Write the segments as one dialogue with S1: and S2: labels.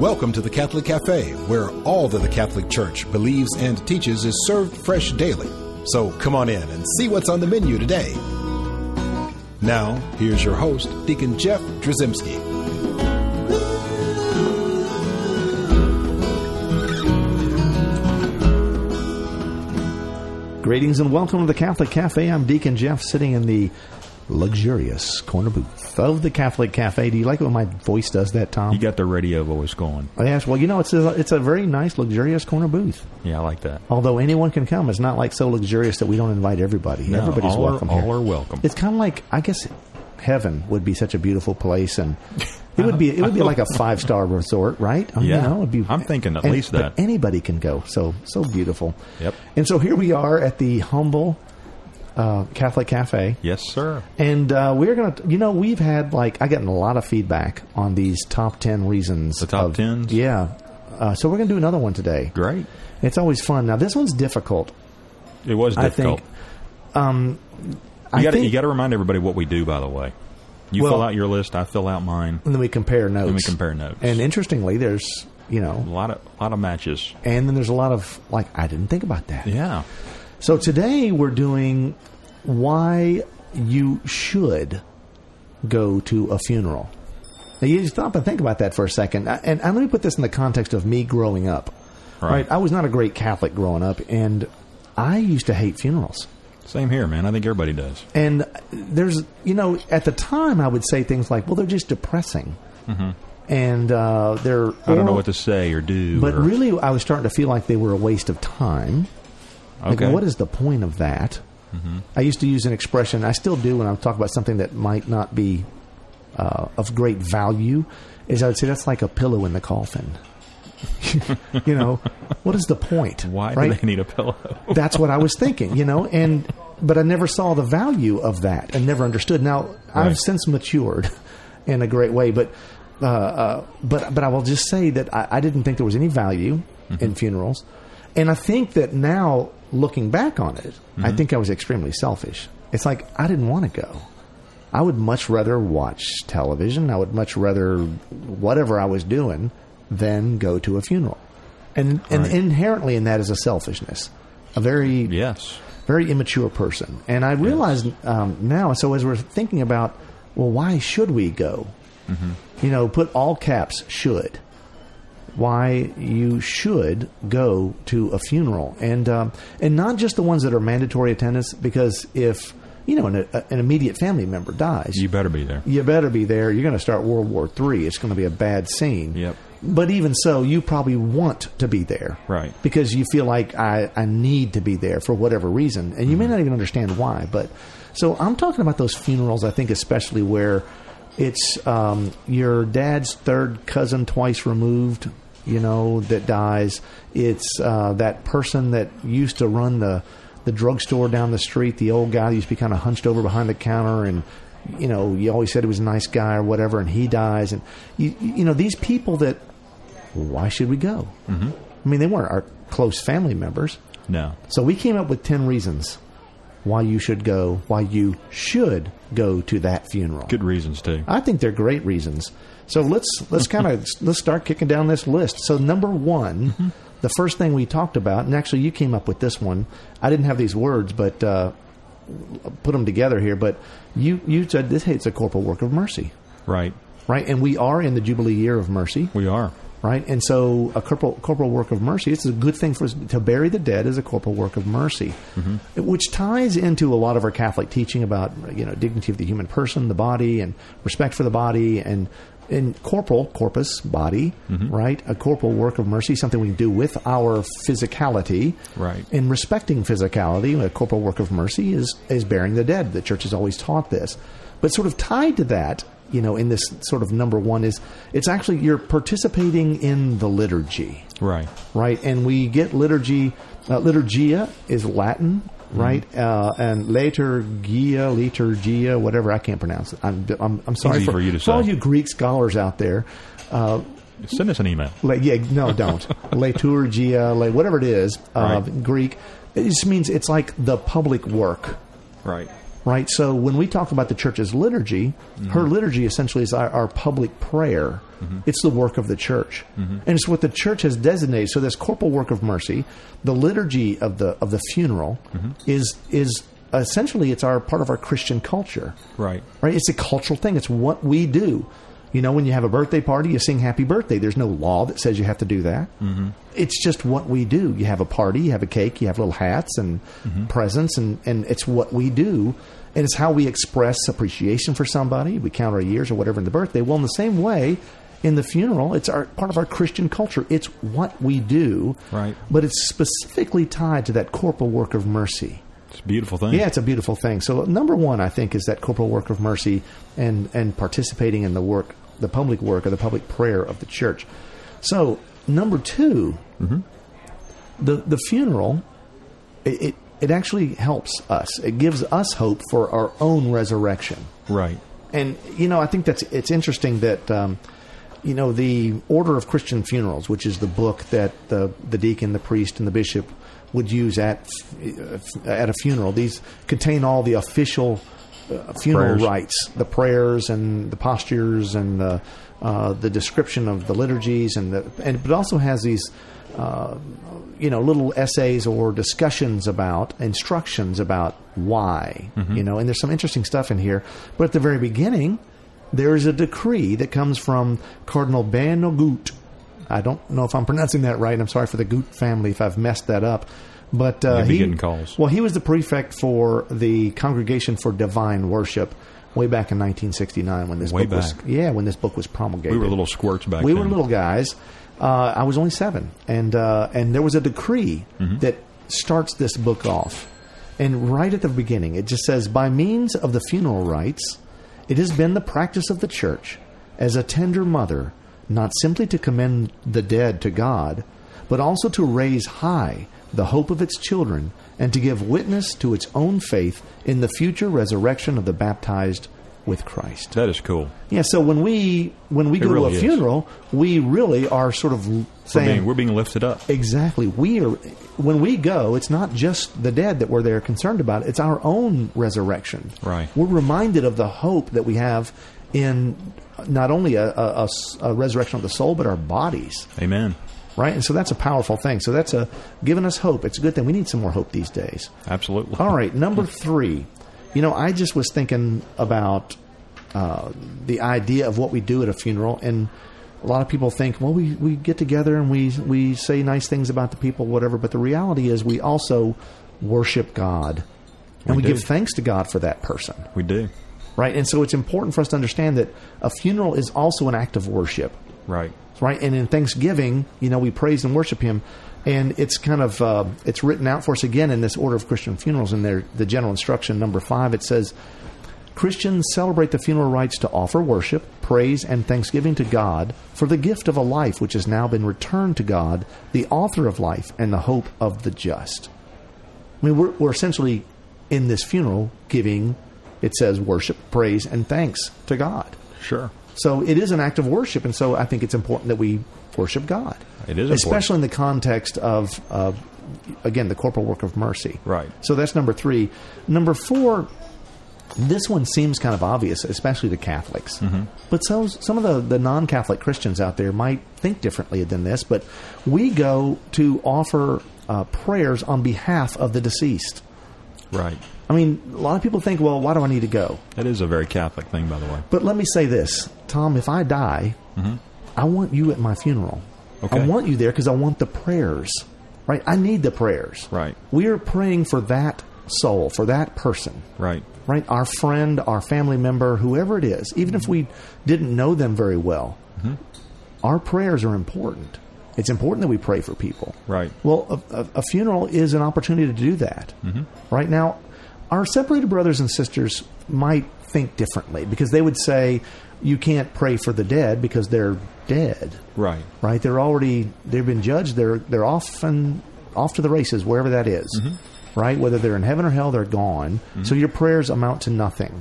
S1: Welcome to the Catholic Cafe, where all that the Catholic Church believes and teaches is served fresh daily. So come on in and see what's on the menu today. Now, here's your host, Deacon Jeff Drzymski.
S2: Greetings and welcome to the Catholic Cafe. I'm Deacon Jeff, sitting in the luxurious corner booth of the Catholic Cafe. Do you like when my voice does that, Tom? Oh,
S3: You got the radio voice going.
S2: yes. Well, you know, it's a, it's a very nice, luxurious corner booth.
S3: Yeah, I like that.
S2: Although anyone can come, it's not like so luxurious that we don't invite everybody.
S3: No,
S2: Everybody's
S3: all are-
S2: welcome
S3: all
S2: here.
S3: are welcome.
S2: It's kind of like I guess heaven would be such a beautiful place, and it would be it would be like a five star resort, right? I mean,
S3: Yeah.
S2: you know, it'd be,
S3: I'm thinking at
S2: and-
S3: least
S2: but
S3: that.
S2: anybody can go. So so beautiful.
S3: Yep.
S2: And so here we are at the humble uh, Catholic Cafe.
S3: Yes, sir.
S2: And uh, we're gonna, you know, we've had like I gotten a lot of feedback on these top ten reasons.
S3: The top
S2: of-
S3: 10s?
S2: yeah. Uh, so we're gonna do another one today.
S3: Great.
S2: It's always fun. Now this one's difficult.
S3: It was
S2: I
S3: difficult.
S2: think- Um,
S3: you got
S2: think-
S3: you got to remind everybody what we do. By the way, you
S2: Well-
S3: fill out your list. I fill out mine.
S2: And then we compare notes.
S3: we compare notes.
S2: And interestingly, there's you know,
S3: A lot of lot of matches.
S2: and then there's a lot of like I didn't think about that.
S3: Yeah.
S2: So today we're doing why you should go to a funeral. Now you just stop and think about that for a second. I- And, and let me put this in the context of me growing up.
S3: Right.
S2: I was not a great Catholic growing up, and I used to hate funerals.
S3: Same here, man. I think everybody does.
S2: And there's, you know, at the time I would say things like, well, they're just depressing. And uh, they're.
S3: Mm-hmm. I don't know what to say or do.
S2: But
S3: or-
S2: really, I was starting to feel like they were a waste of time. Like,
S3: Okay. Mm-hmm.
S2: what is the point of that? I used to use an expression, I still do when I'm talking about something that might not be uh, of great value, is I would say that's like a pillow in the coffin. you know, what is the point?
S3: why
S2: right?
S3: do they need a pillow?
S2: that's what I was thinking, you know, and but I never saw the value of that and never understood. Now I've
S3: Right.
S2: since matured in a great way, but uh, uh, but but I will just say that I, I didn't think there was any value in funerals, and I think that now looking back on it, I think I was extremely selfish. It's like I didn't want to go. I would much rather watch television. I would much rather whatever I was doing than go to a funeral. And and
S3: Right.
S2: inherently in that is a selfishness, a very
S3: yes.
S2: very immature person. And I realize um, now. So as we're thinking about, well, why should we go?
S3: Mm-hmm.
S2: You know, put all caps should. Why you should go to a funeral, and um, and not just the ones that are mandatory attendance, because if you know an, an immediate family member dies,
S3: You better be there.
S2: you better be there. You're going to start World War III. It's going to be a bad scene.
S3: Yep.
S2: But even so, you probably want to be there.
S3: Right.
S2: Because you feel like I, I need to be there for whatever reason. And you may not even understand why. But so I'm talking about those funerals, I think, especially where it's um, your dad's third cousin twice removed, you know, that dies. It's uh, that person that used to run the, the drugstore down the street, the old guy that used to be kind of hunched over behind the counter and you know, you always said he was a nice guy or whatever, and he dies, and you, you know these people that why should we go? Mm-hmm. I mean, they weren't our close family members,
S3: No.
S2: so we came up with ten reasons why you should go, why you should go to that funeral.
S3: Good reasons too.
S2: I think they're great reasons. So let's let's kind of let's start kicking down this list. So number one, the first thing we talked about, and actually you came up with this one. I didn't have these words, but uh, put them together here. But you you said this hey, it's a corporal work of mercy,
S3: right.
S2: right? And we are in the jubilee year of mercy,
S3: We are.
S2: right? And so a corporal corporal work of mercy. It's a good thing for us to bury the dead is a corporal work of mercy, which ties into a lot of our Catholic teaching about you know dignity of the human person, the body, and respect for the body, and in corporal corpus body, right? A corporal work of mercy, something we do with our physicality,
S3: Right.
S2: in respecting physicality, a corporal work of mercy is is bearing the dead. The church has always taught this, but sort of tied to that, you know, in this sort of number one is it's actually you're participating in the liturgy,
S3: Right.
S2: right? And we get liturgy, uh, liturgia is Latin,
S3: Mm-hmm.
S2: right? Uh, and liturgia, liturgia, whatever I can't pronounce it. I'm I'm, I'm sorry
S3: Easy for you to
S2: all
S3: say.
S2: you Greek scholars out there. Uh,
S3: Send us an email.
S2: Le, yeah, no, don't. Liturgia, le, whatever it is, uh,
S3: Right.
S2: Greek. It just means it's like the public work
S3: Right.
S2: right? So when we talk about the church's liturgy, her liturgy essentially is our, our public prayer. It's the work of the church, and it's what the church has designated. So this corporal work of mercy, the liturgy of the of the funeral, is is essentially it's our part of our Christian culture
S3: Right.
S2: right? It's a cultural thing. It's what we do. You know, when you have a birthday party, you sing happy birthday. There's no law that says you have to do that. Mm-hmm. It's just what we do. You have a party, you have a cake, you have little hats and presents, and, and it's what we do. And it's how we express appreciation for somebody. We count our years or whatever in the birthday. Well, in the same way, in the funeral, it's our, part of our Christian culture. It's what we do.
S3: Right.
S2: But it's specifically tied to that corporal work of mercy.
S3: It's a beautiful thing.
S2: Yeah, it's a beautiful thing. So number one, I think, is that corporal work of mercy and and participating in the work, the public work or the public prayer of the church. So number 2 the the funeral, it, it it actually helps us. It gives us hope for our own resurrection
S3: Right.
S2: and you know, I think that's it's interesting that um, you know the Order of Christian Funerals, which is the book that the the deacon, the priest, and the bishop would use at uh, at a funeral. These contain all the official uh, funeral
S3: Prayers.
S2: rites, the prayers and the postures and the uh, the description of the liturgies and the and but it also has these. Uh, you know, little essays or discussions about instructions about why,
S3: Mm-hmm.
S2: you know, and there's some interesting stuff in here. But at the very beginning, there is a decree that comes from Cardinal Ban Goot. I don't know if I'm pronouncing that right. I'm sorry for the Goot family if I've messed that up. But uh,
S3: You'll be
S2: he,
S3: getting calls.
S2: well, he was the prefect for the Congregation for Divine Worship way back in 1969 when this
S3: Way
S2: book was
S3: back.
S2: yeah when this book was promulgated.
S3: We were little squirts back
S2: We
S3: then.
S2: were little guys. Uh, I was only seven, and uh, and there was a decree that starts this book off, and right at the beginning, it just says, "By means of the funeral rites, it has been the practice of the church, as a tender mother, not simply to commend the dead to God, but also to raise high the hope of its children, and to give witness to its own faith in the future resurrection of the baptized with Christ."
S3: That is cool.
S2: Yeah, so when we when we go
S3: really
S2: to a
S3: is.
S2: funeral, we really are sort of l-
S3: We're
S2: saying
S3: being, we're being lifted up.
S2: exactly we are. When we go, it's not just the dead that we're there concerned about; it's our own resurrection.
S3: Right.
S2: We're reminded of the hope that we have in not only a, a- a s- a resurrection of the soul, but our bodies.
S3: Amen.
S2: Right, and so that's a powerful thing. So that's a giving us hope. It's a good thing. We need some more hope these days.
S3: Absolutely.
S2: All right, number three. You know, I just was thinking about uh, the idea of what we do at a funeral, and a lot of people think, well, we, we get together and we we say nice things about the people, whatever. But the reality is, we also worship God, and we,
S3: We do.
S2: give thanks to God for that person,
S3: We do.
S2: right? And so it's important for us to understand that a funeral is also an act of worship
S3: Right.
S2: right? And in Thanksgiving, you know, we praise and worship Him, and it's kind of uh, it's written out for us again in this order of Christian funerals. In their the general instruction number five, it says Christians celebrate the funeral rites to offer worship, praise, and thanksgiving to God for the gift of a life which has now been returned to God, the Author of life and the hope of the just. I mean, we're, we're essentially in this funeral giving. It says worship, praise, and thanks to God.
S3: Sure.
S2: So it is an act of worship, and so I think it's important that we worship God.
S3: It is important.
S2: especially in the context of, of again, the corporal work of mercy.
S3: Right.
S2: So that's number three. Number four, this one seems kind of obvious, especially to Catholics.
S3: Mm-hmm.
S2: But so some of the, the non Catholic Christians out there might think differently than this. But we go to offer uh, prayers on behalf of the deceased.
S3: Right.
S2: I mean, a lot of people think, well, why do I need to go?
S3: That is a very Catholic thing, by the way.
S2: But let me say this, Tom. If I die, I want you at my funeral.
S3: Mm-hmm. Okay.
S2: I want you there because I want the prayers. Right? I need the prayers.
S3: Right.
S2: We are praying for that soul, for that person.
S3: Right.
S2: Right? Our friend, our family member, whoever it is, even if we didn't know them very well, our prayers are important. It's important that we pray for people.
S3: Right.
S2: Well, a, a, a funeral is an opportunity to do that. Right now, our separated brothers and sisters might think differently because they would say you can't pray for the dead because they're dead.
S3: Right.
S2: Right? They're already they've been judged. They're they're often off to the races wherever that is. Right? Whether they're in heaven or hell, they're gone. So your prayers amount to nothing.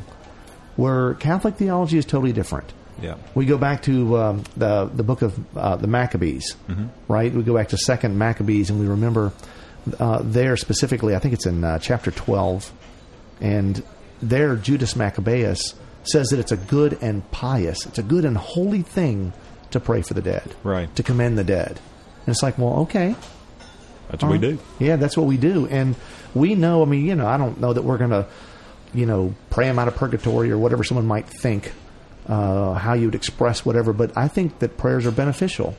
S2: Where Catholic theology is totally different.
S3: Yeah.
S2: We go back to um, the the book of uh, the Maccabees, right? We go back to Second Maccabees, and we remember uh, there specifically. I think it's in uh, chapter twelve, and there Judas Maccabeus says that it's a good and pious, it's a good and holy thing to pray for the dead,
S3: Right.
S2: To commend the dead, and it's like, well, okay,
S3: That's what we do.
S2: Uh-huh. yeah, that's what we do. And we know, I mean, you know, I don't know that we're going to, you know, pray them out of purgatory or whatever someone might think, uh, how you would express whatever, but I think that prayers are beneficial.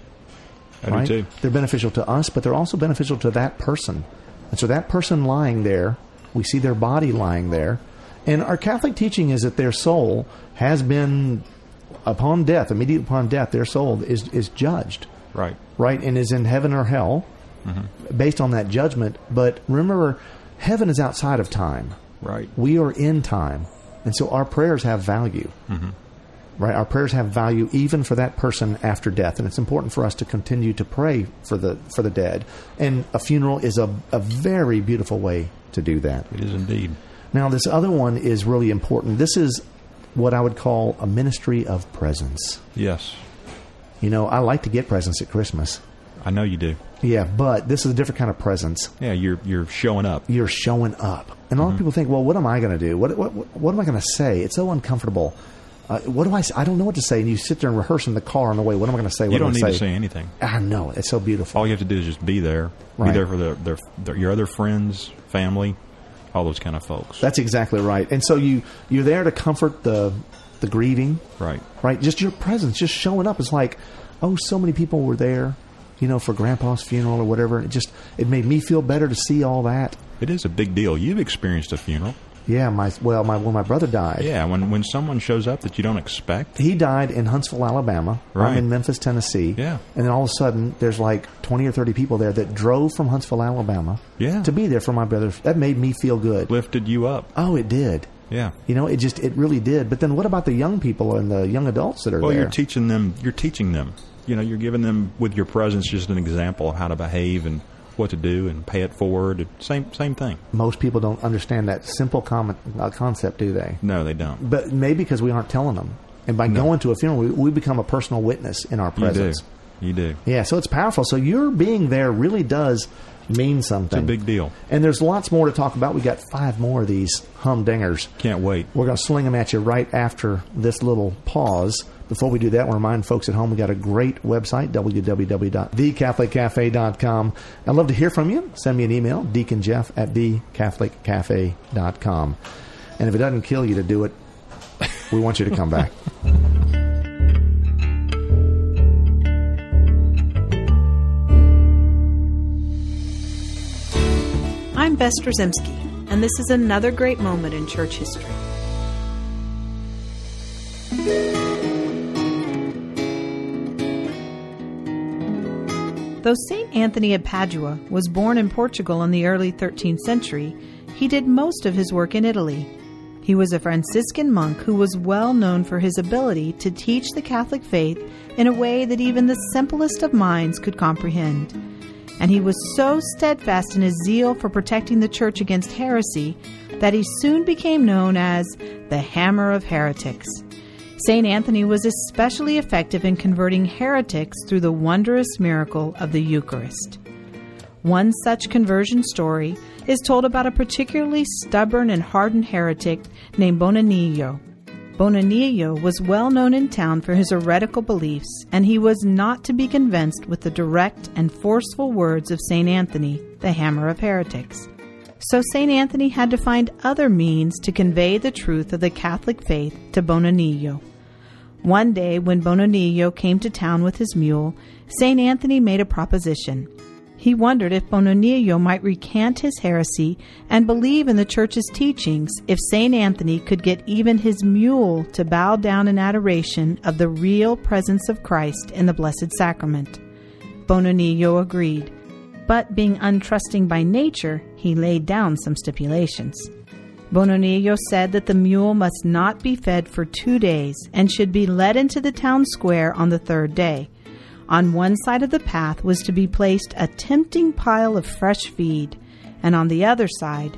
S3: I
S2: right?
S3: do too.
S2: They're beneficial to us, but they're also beneficial to that person. And so that person lying there, we see their body lying there. And our Catholic teaching is that their soul has been, upon death, immediately upon death, their soul is, is judged
S3: Right.
S2: right, and is in heaven or hell based on that judgment. But remember, heaven is outside of time.
S3: Right.
S2: We are in time. And so our prayers have value. Right? Our prayers have value even for that person after death. And it's important for us to continue to pray for the for the dead. And a funeral is a, a very beautiful way to do that.
S3: It is indeed.
S2: Now, this other one is really important. This is what I would call a ministry of presence.
S3: Yes.
S2: You know, I like to get presents at Christmas.
S3: I know you do.
S2: Yeah, but this is a different kind of presence.
S3: Yeah, you're you're showing up.
S2: You're showing up, and a
S3: Mm-hmm.
S2: lot of people think, "Well, what am I going to do? What what what am I going to say?" It's so uncomfortable. Uh, what do I? s- I don't know what to say. And you sit there and rehearse in the car on the way. What am I going to say? What
S3: You
S2: am I
S3: don't need
S2: gonna
S3: to Oh, say anything.
S2: I know it's so beautiful.
S3: All you have to do is just be there.
S2: Right.
S3: Be there for their, their, their your other friends, family, all those kind of folks.
S2: That's exactly right. And so you you're there to comfort the the grieving,
S3: right.
S2: right? Just your presence, just showing up. It's like, oh, so many people were there, you know, for Grandpa's funeral or whatever. It just it made me feel better to see all that.
S3: It is a big deal. You've experienced a funeral.
S2: Yeah, my well, my when my brother died.
S3: Yeah, when when someone shows up that you don't expect.
S2: he died in Huntsville, Alabama. I'm
S3: Right.
S2: in Memphis, Tennessee.
S3: Yeah.
S2: And then all of a sudden, there's like 20 or 30 people there that drove from Huntsville, Alabama.
S3: Yeah.
S2: To be there for my brother. That made me feel good.
S3: Lifted you up.
S2: Oh, it did.
S3: Yeah.
S2: You know, it just, it really did. But then what about the young people and the young adults that are
S3: Well,
S2: there?
S3: you're teaching them. You're teaching them. You know, you're giving them with your presence just an example of how to behave and what to do and pay it forward. Same same thing.
S2: Most people don't understand that simple common, uh, concept, do they?
S3: No, they don't.
S2: But maybe because we aren't telling them. And by going to a funeral, we, we become a personal witness in our
S3: You
S2: presence.
S3: do. You do.
S2: Yeah, so it's powerful. So your being there really does mean something.
S3: Big deal.
S2: And there's lots more to talk about. We got five more of these humdingers.
S3: Can't wait.
S2: We're going to sling them at you right after this little pause. Before we do that, I want to remind folks at home we got a great website, www.thecatholiccafe.com. I'd love to hear from you. Send me an email, deaconjeff at thecatholiccafe.com. And if it doesn't kill you to do it, we want you to come back.
S4: I'm Bess Drzymski, and this is another great moment in church history. Though St. Anthony of Padua was born in Portugal in the early 13th century, he did most of his work in Italy. He was a Franciscan monk who was well known for his ability to teach the Catholic faith in a way that even the simplest of minds could comprehend and he was so steadfast in his zeal for protecting the church against heresy that he soon became known as the Hammer of Heretics. St. Anthony was especially effective in converting heretics through the wondrous miracle of the Eucharist. One such conversion story is told about a particularly stubborn and hardened heretic named Bonanillo. Bonanillo was well known in town for his heretical beliefs, and he was not to be convinced with the direct and forceful words of St. Anthony, the hammer of heretics. So St. Anthony had to find other means to convey the truth of the Catholic faith to Bonanillo. One day, when Bonanillo came to town with his mule, St. Anthony made a proposition. He wondered if Bonanillo might recant his heresy and believe in the church's teachings if St. Anthony could get even his mule to bow down in adoration of the real presence of Christ in the Blessed Sacrament. Bonanillo agreed, but being untrusting by nature, he laid down some stipulations. Bonanillo said that the mule must not be fed for two days and should be led into the town square on the third day. On one side of the path was to be placed a tempting pile of fresh feed, and on the other side,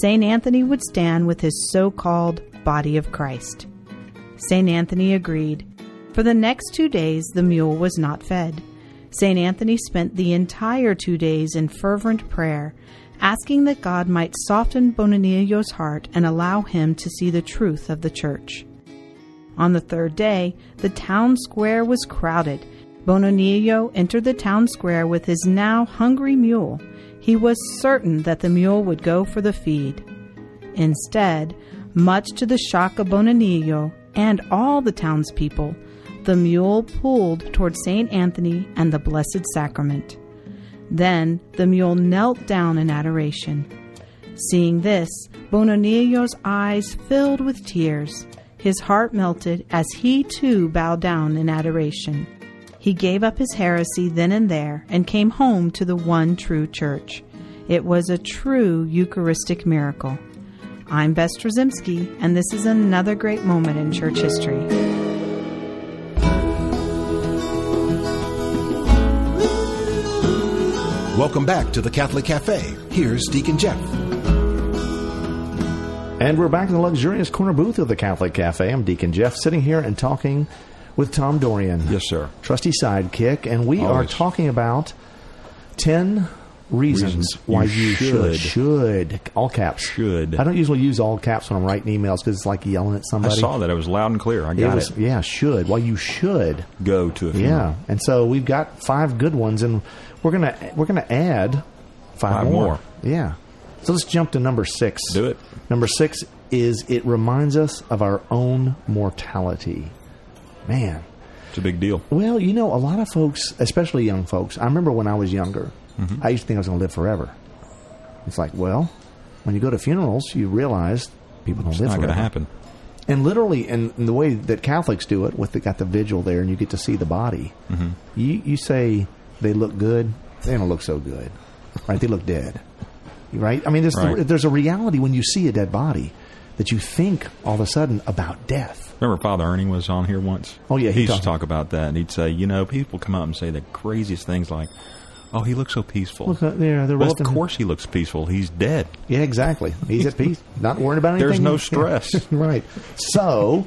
S4: St. Anthony would stand with his so called body of Christ. St. Anthony agreed. For the next two days, the mule was not fed. St. Anthony spent the entire two days in fervent prayer, asking that God might soften Bonanillo's heart and allow him to see the truth of the church. On the third day, the town square was crowded. Bonanillo entered the town square with his now hungry mule. He was certain that the mule would go for the feed. Instead, much to the shock of Bonanillo and all the townspeople, the mule pulled toward St. Anthony and the Blessed Sacrament. Then the mule knelt down in adoration. Seeing this, Bonanillo's eyes filled with tears. His heart melted as he too bowed down in adoration. He gave up his heresy then and there and came home to the one true church. It was a true Eucharistic miracle. I'm Bess Trzymski, and this is another great moment in church history.
S1: Welcome back to the Catholic Cafe. Here's Deacon Jeff.
S2: And we're back in the luxurious corner booth of the Catholic Cafe. I'm Deacon Jeff, sitting here and talking with Tom Dorian.
S3: Yes, sir.
S2: Trusty sidekick, and we
S3: Always.
S2: are talking about ten reasons,
S3: Reasons
S2: why
S3: you
S2: you should.
S3: should.
S2: should all caps
S3: Should.
S2: I don't usually use all caps when I'm writing emails because it's like yelling at
S3: I
S2: somebody.
S3: saw that. It was loud and clear. I got
S2: it
S3: it.
S2: was yeah should why you should
S3: Go to a funeral.
S2: yeah and so we've got five good ones and we're gonna we're gonna add five,
S3: Five more.
S2: yeah so let's jump to number six
S3: Do it.
S2: number six is it reminds us of our own mortality man
S3: It's a big deal.
S2: well, you know, a lot of folks, especially young folks, I remember when I was younger,
S3: Mm-hmm.
S2: I used to think I was going to live forever. It's like, well, when you go to funerals, you realize people don't live
S3: Not going
S2: forever.
S3: to happen.
S2: And literally, in, in the way that Catholics do it, with the, got the vigil there, and you get to see the body. Mm-hmm. You you say they look good, they don't look so good, right? they look dead, right? I mean, there's the,
S3: Right.
S2: there's a reality when you see a dead body that you think all of a sudden about death.
S3: Remember, Father Ernie was on here once.
S2: Oh, yeah, he
S3: he, used
S2: talked-
S3: to talk about that, and he'd say, you know, people come up and say the craziest things like, "Oh, he looks so peaceful."
S2: Look, uh, yeah, they're
S3: well, of
S2: resting-
S3: course he looks peaceful. He's dead.
S2: Yeah, exactly. He's at peace, not worried about anything.
S3: There's no
S2: Yeah.
S3: stress.
S2: right. So,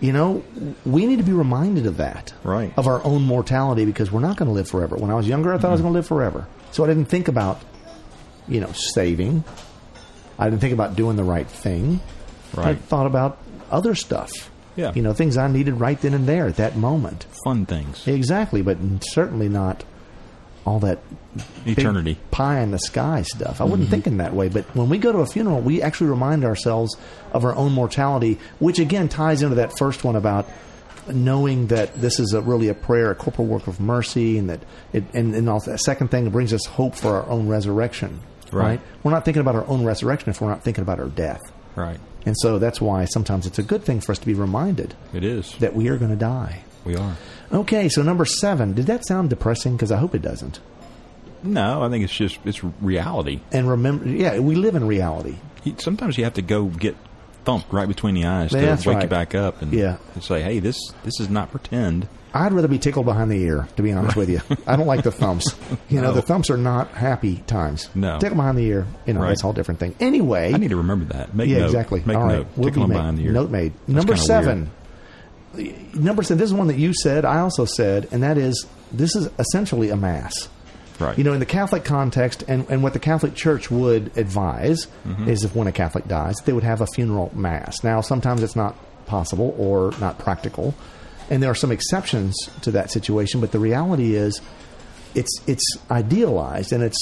S2: you know, we need to be reminded of that.
S3: Right.
S2: Of our own mortality because we're not going to live forever. When I was younger, I thought I was going to live forever. So I didn't think about, you know, saving. I didn't think about doing the right thing. I
S3: Right.
S2: thought about other stuff.
S3: Yeah.
S2: You know, things I needed right then and there at that moment.
S3: Fun things.
S2: Exactly, but certainly not all that big
S3: Eternity. Mm-hmm.
S2: pie in the sky stuff. I wasn't thinking that way, but when we go to a funeral, we actually remind ourselves of our own mortality, which again ties into that first one about knowing that this is a, really a prayer, a corporal work of mercy, and that it, and, and also the second thing it brings us hope for our own resurrection.
S3: Right.
S2: We're not thinking about our own resurrection if we're not thinking about our death.
S3: Right.
S2: And so that's why sometimes it's a good thing for us to be reminded
S3: It is.
S2: that we are going to die.
S3: we are.
S2: Okay, so number seven. Did that sound depressing? Because I hope it doesn't.
S3: No, I think it's just it's reality.
S2: And remember, yeah, we live in reality.
S3: You- Sometimes you have to go get thumped right between the eyes to
S2: That's
S3: wake
S2: right.
S3: you back up and,
S2: Yeah.
S3: and say, "Hey, this this is not pretend."
S2: I'd rather be tickled behind the ear, to be honest with you. I don't like the thumps. You know,
S3: No.
S2: the thumps are not happy times.
S3: No.
S2: Tickle behind the ear, you know,
S3: Right.
S2: that's a whole different thing. Anyway.
S3: I need to remember that. Make
S2: yeah,
S3: note.
S2: exactly.
S3: Make
S2: All right.
S3: note.
S2: We'll be
S3: Tickle 'em
S2: made-
S3: behind the ear.
S2: Note made.
S3: That's
S2: Number
S3: kinda
S2: seven. Number seven. This is one that you said, I also said, and that is this is essentially a mass.
S3: weird. Right.
S2: You know, in the Catholic context, and, and what the Catholic Church would advise
S3: Mm-hmm.
S2: is if when a Catholic dies, they would have a funeral mass. Now, sometimes it's not possible or not practical, and there are some exceptions to that situation, but the reality is it's, it's idealized and it's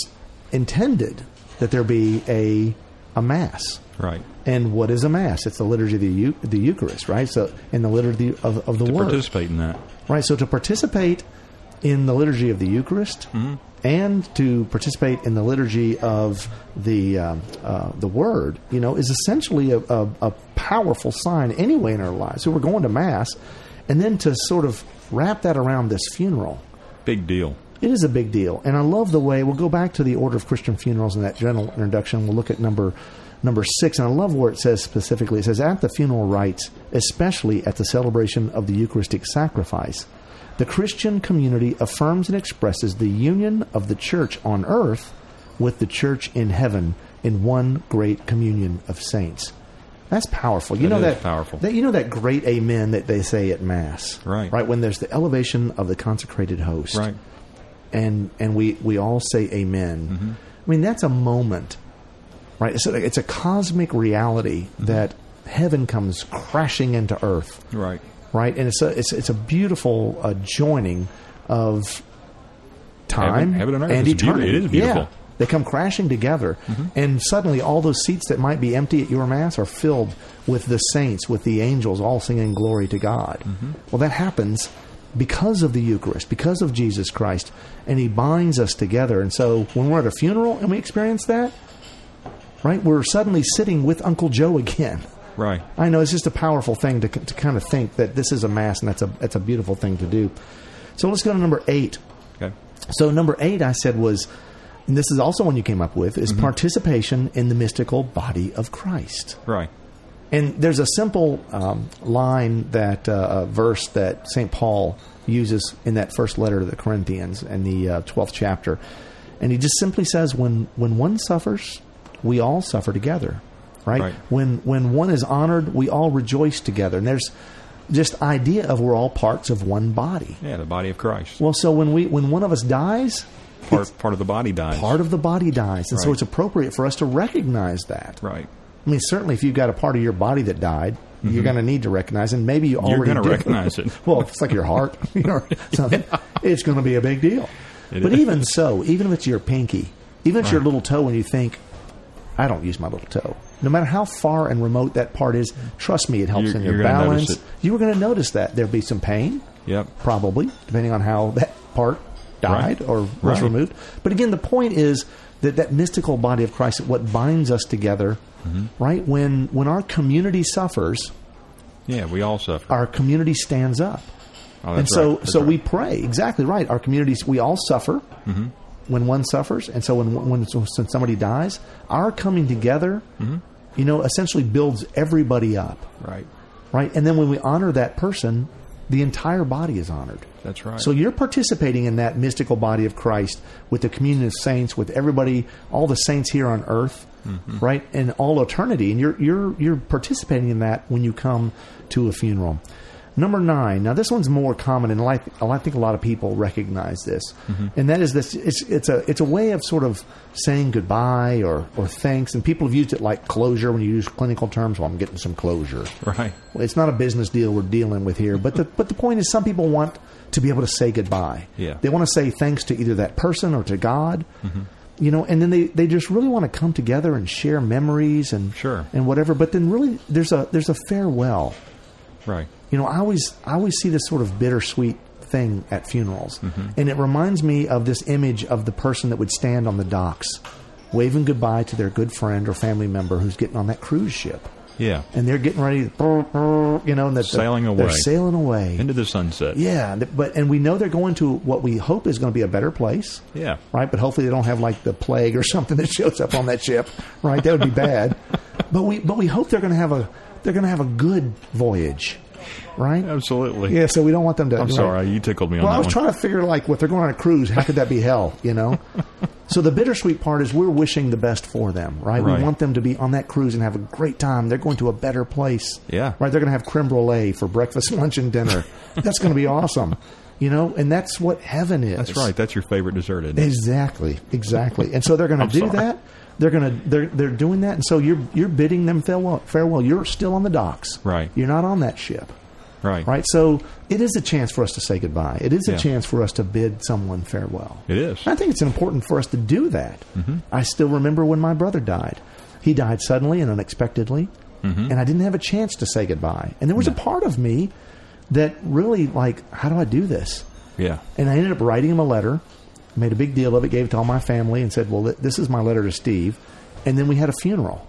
S2: intended that there be a, a mass.
S3: Right.
S2: And what is a mass? It's the liturgy of the, Eu- the Eucharist, right? So, in the liturgy of, of the
S3: To
S2: Word.
S3: participate in that.
S2: Right. So to participate in the liturgy of the Eucharist and to participate in the liturgy of the um, uh, the Word, you know, is essentially a, a, a powerful sign anyway in our lives. So we're going to mass, and then to sort of wrap that around this funeral.
S3: Big deal.
S2: It is a big deal, and I love the way we'll go back to the Order of Christian Funerals in that general introduction. We'll look at number number six, and I love where it says specifically. It says at the funeral rites, especially at the celebration of the Eucharistic sacrifice, the Christian community affirms and expresses the union of the Church on earth with the Church in heaven in one great communion of saints. That's powerful. You
S3: That
S2: know
S3: is
S2: that
S3: powerful.
S2: That, you know that great amen that they say at mass,
S3: Right.
S2: Right when there's the elevation of the consecrated host,
S3: Right.
S2: and and we we all say amen I mean, that's a moment, right? It's a, it's a cosmic reality that heaven comes crashing into earth,
S3: Right.
S2: right? And it's a it's it's a beautiful uh, joining of time
S3: Heaven- heaven and earth. It's beaut-
S2: eternity.
S3: it is beautiful. Mm-hmm.
S2: Yeah. They come crashing together, and suddenly all those seats that might be empty at your mass are filled with the saints, with the angels, all singing glory to God.
S3: Mm-hmm.
S2: Well, that happens because of the Eucharist, because of Jesus Christ, and He binds us together. And so, when we're at a funeral and we experience that, right, we're suddenly sitting with Uncle Joe again.
S3: Right.
S2: I know it's just a powerful thing to, to kind of think that this is a mass and that's a that's a beautiful thing to do. So let's go to number eight.
S3: Okay.
S2: So number eight, I said was, and this is also one you came up with, is participation in the mystical body of Christ.
S3: Right.
S2: And there's a simple um, line that uh, a verse that St. Paul uses in that first letter to the Corinthians in the uh, 12th chapter. And he just simply says, when, when one suffers, we all suffer together, right?
S3: Right.
S2: When, when one is honored, we all rejoice together. And there's just idea of we're all parts of one body.
S3: Yeah, the body of Christ.
S2: Well, so when, we, when one of us dies,
S3: part part of the body dies.
S2: part of the body dies. And so
S3: Right.
S2: it's appropriate for us to recognize that.
S3: Right.
S2: I mean, certainly if you've got a part of your body that died, you're going to need to recognize, and maybe you already
S3: Mm-hmm. gonna
S2: do.
S3: recognize it.
S2: well, if it's like your heart, you know, or something. It's going to be a big deal.
S3: It
S2: but
S3: is.
S2: even so, even if it's your pinky, even if it's your
S3: Right.
S2: little toe, and you think, I don't use my little toe. No matter how far and remote that part is, trust me, it helps
S3: You're-
S2: in your
S3: you're gonna notice
S2: balance.
S3: it.
S2: You were going to notice that there'd be some pain,
S3: Yep.
S2: probably depending on how that part died
S3: Right.
S2: or was
S3: Right.
S2: removed. But again, the point is that that mystical body of Christ, what binds us together,
S3: Mm-hmm.
S2: right? When when our community suffers,
S3: Yeah, we all suffer.
S2: our community stands up,
S3: Oh,
S2: and
S3: that's
S2: so
S3: right. That's
S2: so
S3: right. Mm-hmm.
S2: we pray exactly right. Our communities, we all suffer. When one suffers, and so when when so when somebody dies, our coming together,
S3: Mm-hmm.
S2: you know, essentially builds everybody up,
S3: Right.
S2: right? And then when we honor that person, the entire body is honored.
S3: That's right.
S2: So you're participating in that mystical body of Christ with the communion of saints, with everybody, all the saints here on earth, right, and all eternity, and you're you're you're participating in that when you come to a funeral. Number nine. Now this one's more common, and like I think a lot of people recognize this, and that is this. It's it's a it's a way of sort of saying goodbye or or thanks, and people have used it like closure when you use clinical terms. Well, I'm getting some closure.
S3: right.
S2: Well, it's not a business deal we're dealing with here. But the but the point is, some people want to be able to say goodbye.
S3: Yeah. Mm-hmm.
S2: they want to say thanks to either that person or to God. You know, and then they, they just really want to come together and share memories and
S3: Sure.
S2: and whatever. But then really, there's a there's a farewell.
S3: Right.
S2: You know, I always I always see this sort of bittersweet thing at funerals,
S3: Mm-hmm.
S2: and it reminds me of this image of the person that would stand on the docks, waving goodbye to their good friend or family member who's getting on that cruise ship
S3: Yeah.
S2: and they're getting ready, you know, and that
S3: Sailing
S2: they're, they're
S3: away.
S2: sailing away.
S3: Into the sunset.
S2: yeah, th- but and we know they're going to what we hope is going to be a better place.
S3: Yeah.
S2: right. But hopefully they don't have like the plague or something that shows up on that ship. Right, that would be bad. but we but we hope they're going to have a they're going to have a good voyage. Right.
S3: Absolutely.
S2: Yeah, so we don't want them to.
S3: I'm
S2: right.
S3: sorry, you tickled me on
S2: Well, I
S3: that
S2: was
S3: one.
S2: trying to figure like what they're going on a cruise. How could that be hell? You know. so the bittersweet part is we're wishing the best for them, right?
S3: Right.
S2: We want them to be on that cruise and have a great time. They're going to a better place.
S3: Yeah.
S2: Right. They're going to have creme brulee for breakfast, lunch, and dinner. that's going to be awesome. You know, and that's what heaven is.
S3: That's right. That's your favorite dessert, isn't it?
S2: Exactly, exactly. And so they're going to
S3: I'm
S2: do
S3: sorry.
S2: that. They're going to they're they're doing that, and so you're you're bidding them farewell. Farewell. You're still on the docks.
S3: Right.
S2: You're not on that ship.
S3: Right.
S2: Right? So it is a chance for us to say goodbye. It is a
S3: Yeah.
S2: chance for us to bid someone farewell.
S3: It is. Mm-hmm.
S2: And I think it's important for us to do that. I still remember when my brother died. He died suddenly and unexpectedly,
S3: Mm-hmm.
S2: and I didn't have a chance to say goodbye. And there was a part of me that really, like, how do I do this?
S3: Yeah.
S2: And I ended up writing him a letter, made a big deal of it, gave it to all my family, and said, well, th- this is my letter to Steve. And then we had a funeral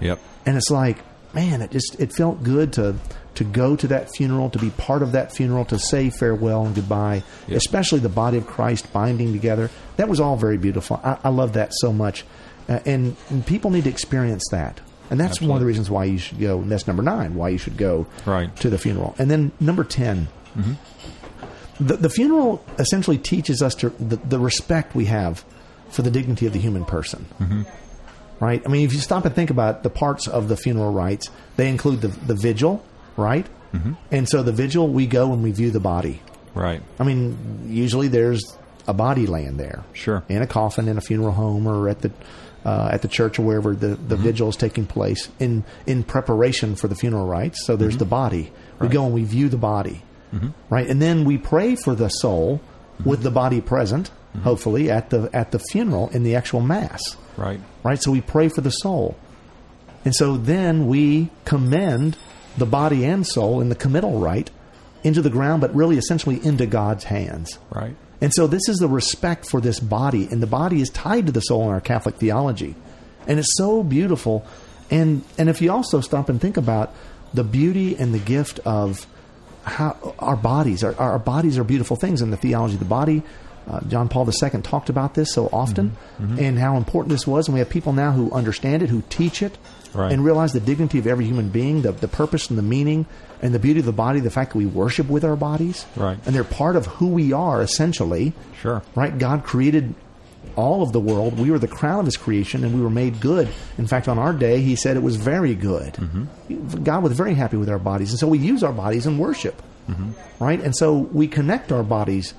S3: Yep.
S2: and it's like man it just it felt good to to go to that funeral to be part of that funeral to say farewell and goodbye especially the body of christ binding together that was all very beautiful i, I love that so much uh, and, and people need to experience that and that's one of the reasons why you should go and that's number nine why you should go
S3: Right.
S2: to the funeral and then number 10 the, the funeral essentially teaches us to the, the respect we have for the dignity of the human person right? I mean, if you stop and think about the parts of the funeral rites, they include the, the vigil, right? Mm-hmm. And so the vigil, we go and we view the body.
S3: Right.
S2: I mean, usually there's a body laying there,
S3: Sure.
S2: in a coffin in a funeral home or at the uh, at the church or wherever the, the vigil is taking place in in preparation for the funeral rites. So there's the body. We go and we view the body, right, and then we pray for the soul with the body present, hopefully at the at the funeral in the actual mass
S3: Right.
S2: right? So we pray for the soul. And so then we commend the body and soul in the committal rite into the ground, but really essentially into God's hands.
S3: Right.
S2: And so this is the respect for this body, and the body is tied to the soul in our Catholic theology. And it's so beautiful. And and if you also stop and think about the beauty and the gift of how our bodies are our bodies are beautiful things in the theology of the body. Uh, John Paul II talked about this so often
S3: Mm-hmm.
S2: and how important this was. And we have people now who understand it, who teach it,
S3: Right.
S2: and realize the dignity of every human being, the, the purpose and the meaning and the beauty of the body, the fact that we worship with our bodies.
S3: Right.
S2: And they're part of who we are, essentially.
S3: Sure.
S2: Right? God created all of the world. We were the crown of his creation and we were made good. In fact, on our day, he said it was very good.
S3: Mm-hmm.
S2: God was very happy with our bodies. And so we use our bodies in worship.
S3: Mm-hmm.
S2: Right? And so we connect our bodies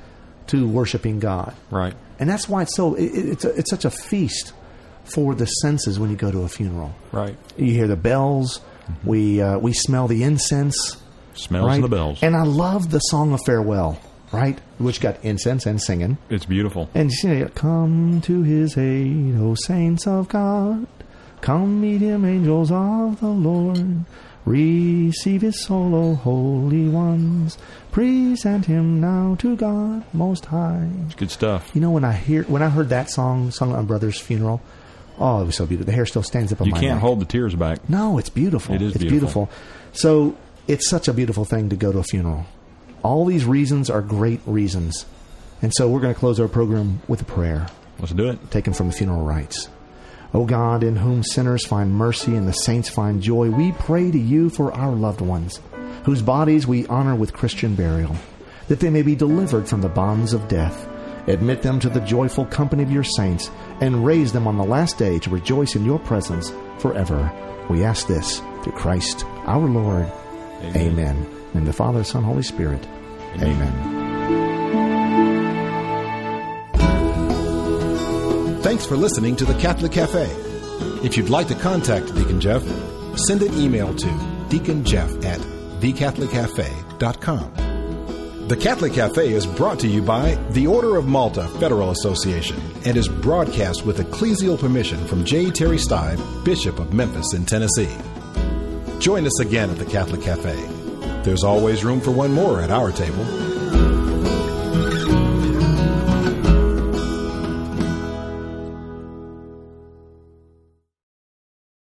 S2: to worshiping God.
S3: Right.
S2: And that's why it's so, it, it- it's, a, it's such a feast for the senses when you go to a funeral.
S3: Right. Mm-hmm.
S2: You hear the bells. We uh, we smell the incense.
S3: Smells
S2: right?
S3: the bells.
S2: And I love the song of farewell, right? Which got incense and singing.
S3: it's beautiful.
S2: And you know, come to his aid, O saints of God. Come meet him, angels of the Lord. Receive his soul, O holy ones. Present him now to God Most High.
S3: It's good stuff.
S2: You know when I hear when I heard that song sung at my brother's funeral, oh, it was so beautiful. The hair still stands up on
S3: You
S2: my
S3: can't
S2: neck.
S3: hold the tears back.
S2: No, it's beautiful.
S3: It is
S2: It's
S3: beautiful.
S2: So it's such a beautiful thing to go to a funeral. All these reasons are great reasons. And so we're going to close our program with a prayer
S3: Let's do it.
S2: taken from the funeral rites. O God, in whom sinners find mercy and the saints find joy, we pray to you for our loved ones, whose bodies we honor with Christian burial, that they may be delivered from the bonds of death. Admit them to the joyful company of your saints, and raise them on the last day to rejoice in your presence forever. We ask this through Christ our Lord. Amen. In the Father, Son, Holy Spirit. Amen.
S1: Thanks for listening to the Catholic Cafe. If you'd like to contact Deacon Jeff, send an email to deaconjeff at thecatholiccafe.com. The Catholic Cafe is brought to you by the Order of Malta Federal Association and is broadcast with ecclesial permission from J. Terry Stein, Bishop of Memphis in Tennessee. Join us again at the Catholic Cafe. There's always room for one more at our table.